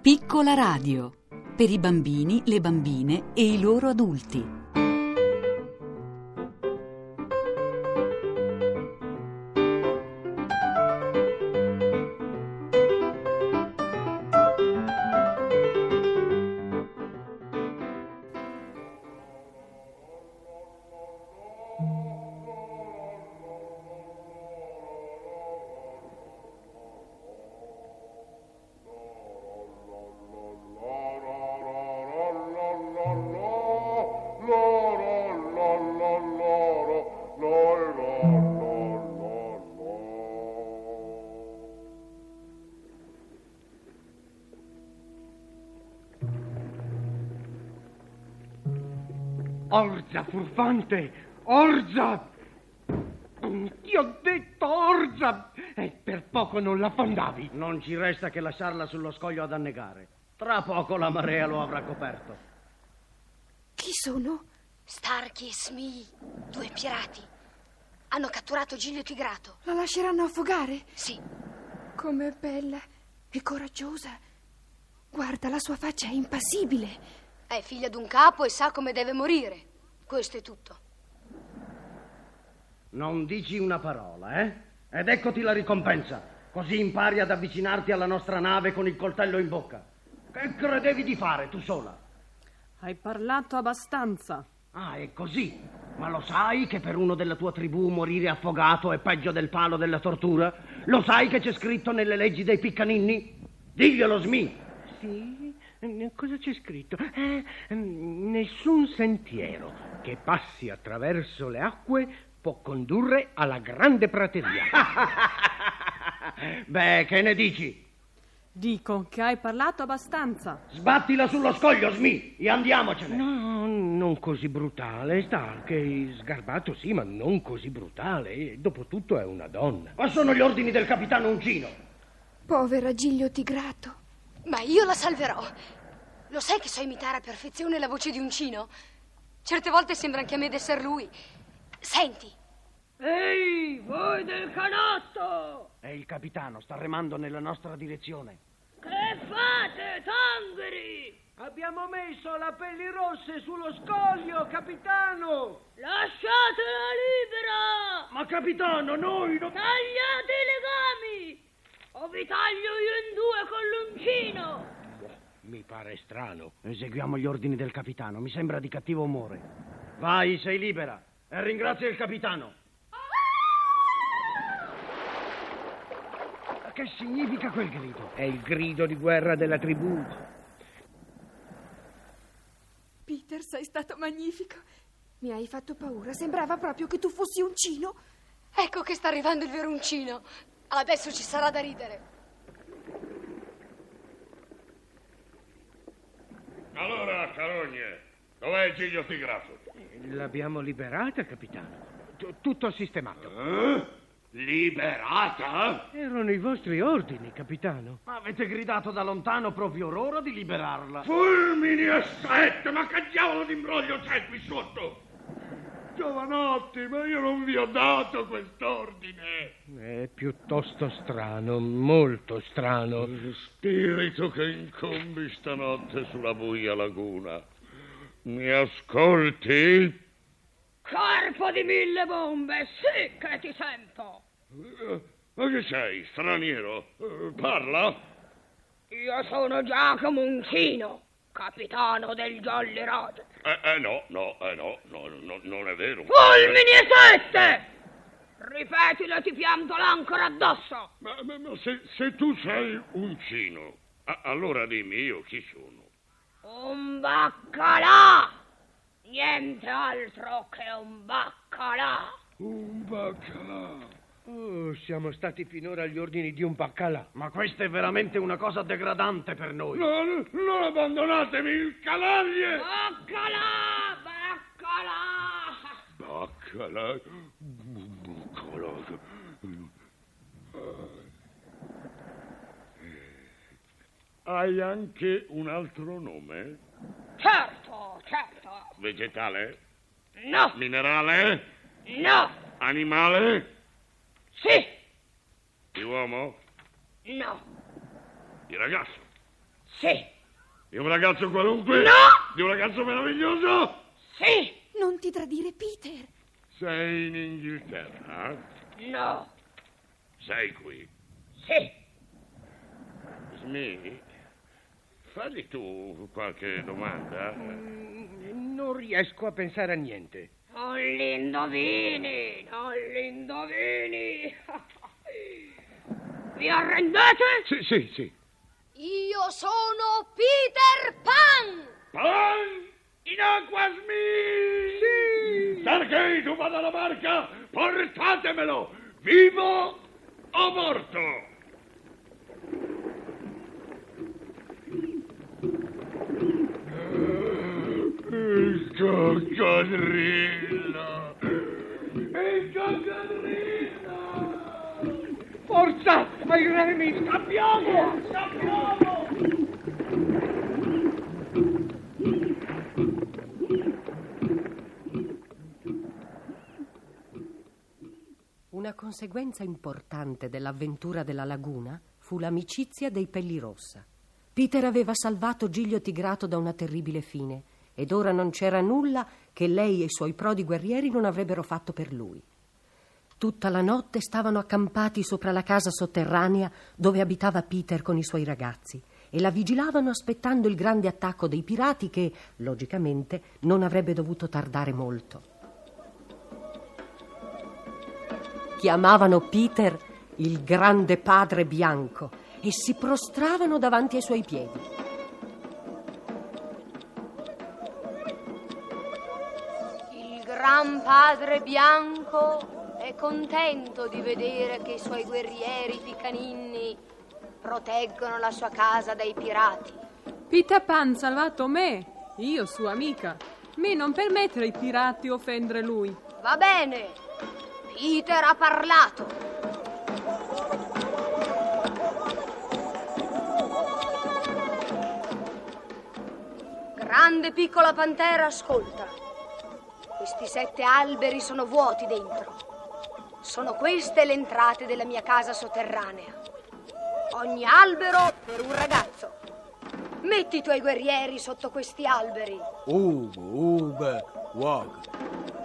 Piccola radio per i bambini, le bambine e i loro adulti. Orza, furfante! Orza! Ti ho detto orza! E per poco non l'affondavi. Non ci resta che lasciarla sullo scoglio ad annegare. Tra poco la marea lo avrà coperto. Chi sono? Starkey e Smee, due pirati. Hanno catturato Giglio Tigrato. La lasceranno affogare? Sì, Com'è bella e coraggiosa. Guarda, la sua faccia è impassibile. è figlia d'un capo e sa come deve morire. Questo è tutto. Non dici una parola, eh? Ed eccoti la ricompensa. Così impari ad avvicinarti alla nostra nave con il coltello in bocca. Che credevi di fare tu sola? Hai parlato abbastanza. Ah, è così. Ma lo sai che per uno della tua tribù morire affogato è peggio del palo della tortura? Lo sai che c'è scritto nelle leggi dei piccaninni? Diglielo, Smee. Sì? Eh, Cosa c'è scritto? Eh, mm, nessun sentiero che passi attraverso le acque può condurre alla grande prateria. Beh, che ne dici? Dico che hai parlato abbastanza. Sbattila sullo scoglio, Smee, e andiamocene. No, Ah, non così brutale, Starkey. Sgarbato sì, ma non così brutale. Dopotutto è una donna. Ma sono gli ordini del capitano Uncino. Povera Giglio Tigrato. Ma io la salverò. Lo sai che so imitare a perfezione la voce di Uncino? Certe volte sembra anche a me d'essere lui. Senti, Ehi, voi del canotto! E il capitano sta remando nella nostra direzione. Che fate, tangheri? Abbiamo messo la pelli rosse sullo scoglio, capitano! Lasciatela libera! Ma capitano, noi non... Tagliate i legami! O vi taglio io in due con l'uncino! Mi pare strano. Eseguiamo gli ordini del capitano, mi sembra di cattivo umore. Vai, sei libera. E ringrazia il capitano. Ma Che significa quel grido? È il grido di guerra della tribù. Peter, sei stato magnifico. Mi hai fatto paura. Sembrava proprio che tu fossi uncino. ecco che sta arrivando il vero Uncino. Adesso ci sarà da ridere. Allora, Carogne, dov'è Giglio Tigrato? L'abbiamo liberata, capitano. Tu- tutto sistemato. Eh? Liberata? Erano i vostri ordini, capitano. Ma avete gridato da lontano proprio loro di liberarla. Fulmini e sette, ma che diavolo di imbroglio c'è qui sotto? Giovanotti, ma io non vi ho dato quest'ordine. È piuttosto strano, molto strano. Lo spirito che incombi stanotte sulla buia laguna. Mi ascolti? Corpo di mille bombe, sì che ti sento! Eh, Ma che sei, straniero? Eh, Parla? Io sono Giacomo Uncino, capitano del Jolly Roger. Eh, eh, no, no, eh no, no, no, non è vero. Fulmini e sette! Ripetilo, ti pianto l'ancora addosso! Ma, ma- ma se, se tu sei uncino, a- allora dimmi io chi sono. Un baccalà! Niente altro che un baccalà! Un baccalà. Oh, siamo stati finora agli ordini di un baccalà. Ma questa è veramente una cosa degradante per noi. Non, non abbandonatemi, il canaglie! Baccalà! Baccalà! Baccalà, baccalà. Eh, Hai anche un altro nome? Certo, certo! Vegetale? No, Minerale? no, Animale? sì, Di uomo? no, Di ragazzo? Sì, Di un ragazzo qualunque? No! Di un ragazzo meraviglioso? sì, Non ti tradire, Peter. Sei in Inghilterra? eh? no, Sei qui. sì. Smee, fagli tu qualche domanda. Non riesco a pensare a niente. Non li indovini, non li indovini. Vi arrendete? Sì, sì, sì. Io sono Peter Pan! Pan in acqua Smee! Sì! Sergei, tu vada alla barca! Portatemelo! Vivo o morto? Il coccodrillo! Il coccodrillo! Forza! Aiutatemi! Sappiamo! Sappiamo! Una conseguenza importante dell'avventura della laguna fu l'amicizia dei Pellirossa. Peter aveva salvato Giglio Tigrato da una terribile fine ed ora non c'era nulla che lei e i suoi prodi guerrieri non avrebbero fatto per lui. Tutta la notte stavano accampati sopra la casa sotterranea dove abitava Peter con i suoi ragazzi e la vigilavano aspettando il grande attacco dei pirati che, logicamente, non avrebbe dovuto tardare molto. Chiamavano Peter il grande padre bianco e si prostravano davanti ai suoi piedi. Il gran padre bianco è contento di vedere che i suoi guerrieri picaninni proteggono la sua casa dai pirati. Peter Pan salvato me, io sua amica. Me non permettere ai pirati offendere lui. Va bene, Peter ha parlato. Grande piccola pantera, ascolta. Questi sette alberi sono vuoti dentro. Sono queste le entrate della mia casa sotterranea. Ogni albero per un ragazzo. Metti i tuoi guerrieri sotto questi alberi. Ub, ub, uog.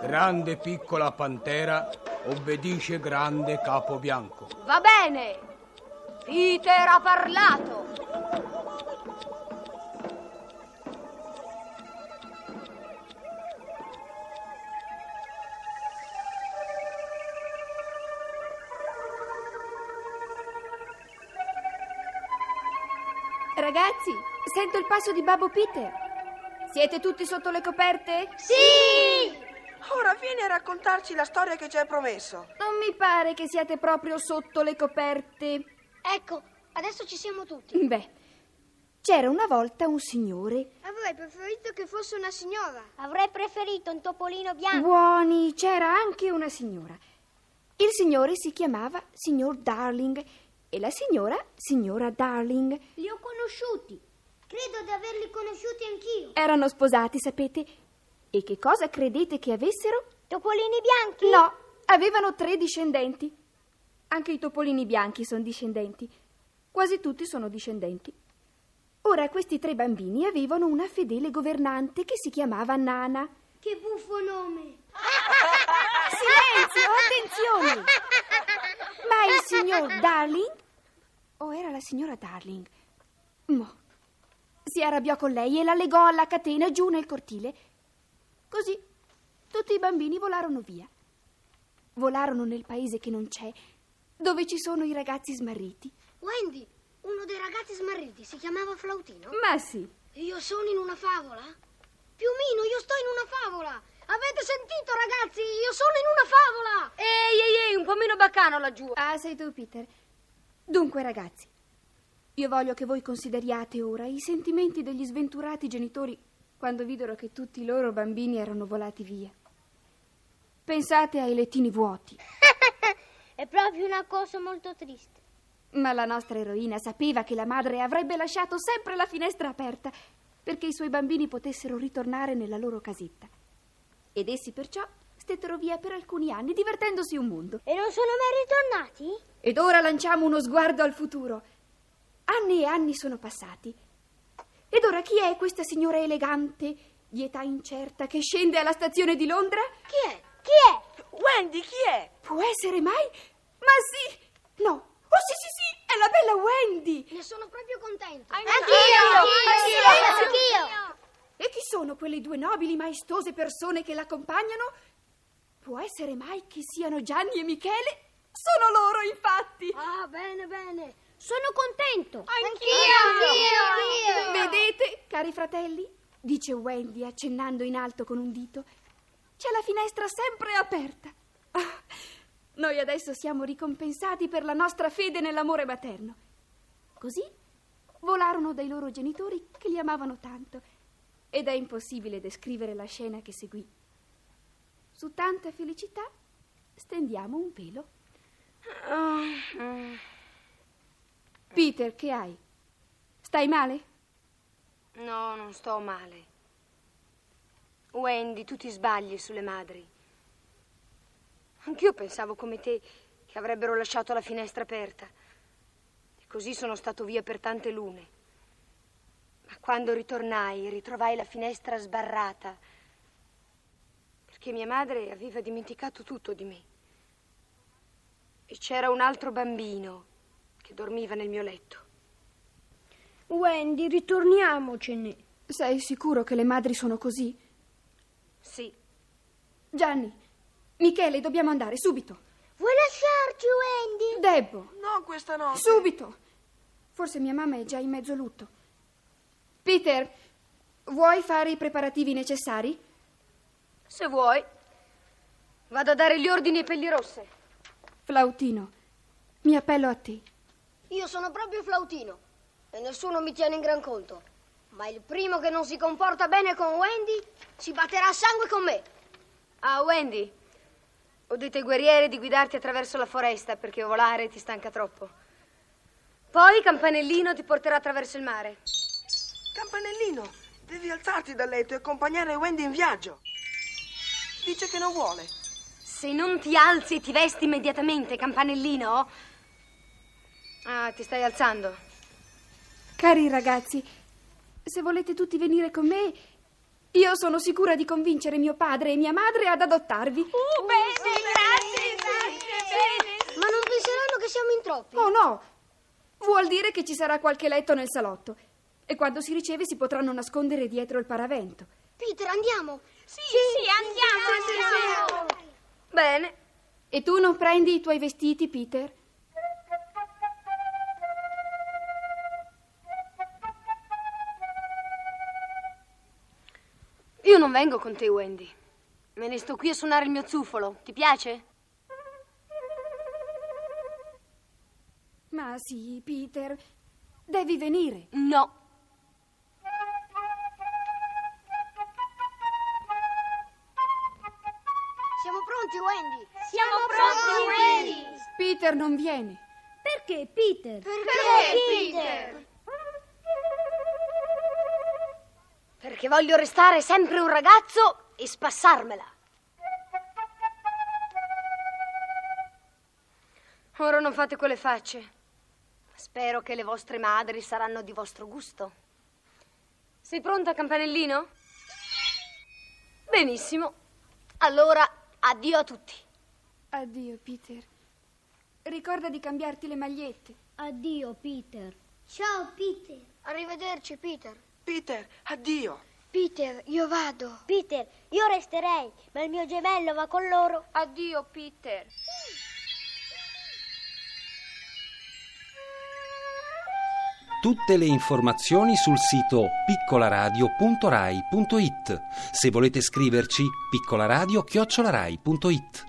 Grande piccola pantera, obbedisce grande capo bianco. Va bene! Peter ha parlato! Ragazzi, sento il passo di Babbo Peter. Siete tutti sotto le coperte? Sì! Ora vieni a raccontarci la storia che ci hai promesso. Non mi pare che siate proprio sotto le coperte. Ecco, adesso ci siamo tutti. Beh, c'era una volta un signore. Avrei preferito che fosse una signora. Avrei preferito un topolino bianco. Buoni, c'era anche una signora. Il signore si chiamava signor Darling e la signora signora Darling. Li ho conosciuti. Credo di averli conosciuti anch'io. Erano sposati, sapete? E che cosa credete che avessero? Topolini bianchi? No, avevano tre discendenti. Anche i topolini bianchi sono discendenti. Quasi tutti sono discendenti. Ora questi tre bambini avevano una fedele governante che si chiamava Nana. Che buffo nome. Silenzio, attenzione! Ma il signor Darling? O era la signora Darling? Mo. Si arrabbiò con lei e la legò alla catena giù nel cortile. Così tutti i bambini volarono via. Volarono nel paese che non c'è, dove ci sono i ragazzi smarriti. Wendy, uno dei ragazzi smarriti si chiamava Flautino. Ma sì, Io sono in una favola? Piumino, io sto in una favola. Avete sentito, ragazzi? Io sono in una favola. Ehi, ehi, ehi, un po' meno baccano laggiù. Ah, sei tu, Peter. Dunque, ragazzi, io voglio che voi consideriate ora i sentimenti degli sventurati genitori quando videro che tutti i loro bambini erano volati via. Pensate ai lettini vuoti. È proprio una cosa molto triste. Ma la nostra eroina sapeva che la madre avrebbe lasciato sempre la finestra aperta perché i suoi bambini potessero ritornare nella loro casetta. Ed essi perciò stettero via per alcuni anni divertendosi un mondo. E non sono mai ritornati? Ed ora lanciamo uno sguardo al futuro. Anni e anni sono passati Ed ora chi è questa signora elegante, di età incerta, che scende alla stazione di Londra? Chi è? Chi è? Wendy, chi è? Può essere mai? Ma sì! No! Oh sì sì sì! È la bella Wendy! Ne sono proprio contenta. Anch'io, anch'io, anch'io. E chi sono quelle due nobili, maestose persone che l'accompagnano? Può essere mai che siano Gianni e Michele? Sono loro, infatti! Ah, bene, bene. Sono contento. Anch'io, Vedete, cari fratelli, dice Wendy accennando in alto con un dito, c'è la finestra sempre aperta. Ah, Noi adesso siamo ricompensati per la nostra fede nell'amore materno. Così volarono dai loro genitori che li amavano tanto ed è impossibile descrivere la scena che seguì. Su tanta felicità stendiamo un velo. Peter, che hai? Stai male? No, non sto male. Wendy, tu ti sbagli sulle madri. Anch'io pensavo come te che avrebbero lasciato la finestra aperta. E così sono stato via per tante lune. Ma quando ritornai, ritrovai la finestra sbarrata. Perché mia madre aveva dimenticato tutto di me. E c'era un altro bambino che dormiva nel mio letto. Wendy, ritorniamocene. Sei sicuro che le madri sono così? Sì. Gianni, Michele, dobbiamo andare subito. Vuoi lasciarci, Wendy? Debbo, Non questa notte. subito. Forse mia mamma è già in mezzo lutto. Peter, vuoi fare i preparativi necessari? Se vuoi. Vado a dare gli ordini ai pellirosse. Flautino, mi appello a te. Io sono proprio flautino e nessuno mi tiene in gran conto. Ma il primo che non si comporta bene con Wendy si batterà a sangue con me. Ah, Wendy, ho detto ai guerrieri di guidarti attraverso la foresta perché volare ti stanca troppo. Poi Campanellino ti porterà attraverso il mare. Campanellino, devi alzarti dal letto e accompagnare Wendy in viaggio. Dice che non vuole. Se non ti alzi e ti vesti immediatamente, Campanellino. Ah, ti stai alzando. Cari ragazzi, se volete tutti venire con me, io sono sicura di convincere mio padre e mia madre ad adottarvi. Uh, Ma non penseranno che siamo in troppi. Oh no! Vuol dire che ci sarà qualche letto nel salotto e quando si riceve si potranno nascondere dietro il paravento. Peter, andiamo. Sì, sì, andiamo, Bene. E tu non prendi i tuoi vestiti, Peter? Io non vengo con te, Wendy. Me ne sto qui a suonare il mio zufolo. Ti piace? Ma sì, Peter, devi venire. No. Siamo pronti, Wendy. Siamo pronti, Wendy. Peter non viene. Perché, Peter? Perché, Peter? Perché voglio restare sempre un ragazzo e spassarmela. Ora non fate quelle facce. Spero che le vostre madri saranno di vostro gusto. Sei pronta, campanellino? Benissimo. Allora, addio a tutti. Addio, Peter. Ricorda di cambiarti le magliette. Addio, Peter. Ciao, Peter. Arrivederci, Peter. Peter, addio. Peter, io vado. Peter, io resterei, ma il mio gemello va con loro. Addio, Peter. Tutte le informazioni sul sito piccolaradio.rai.it. Se volete scriverci, piccolaradio@rai.it.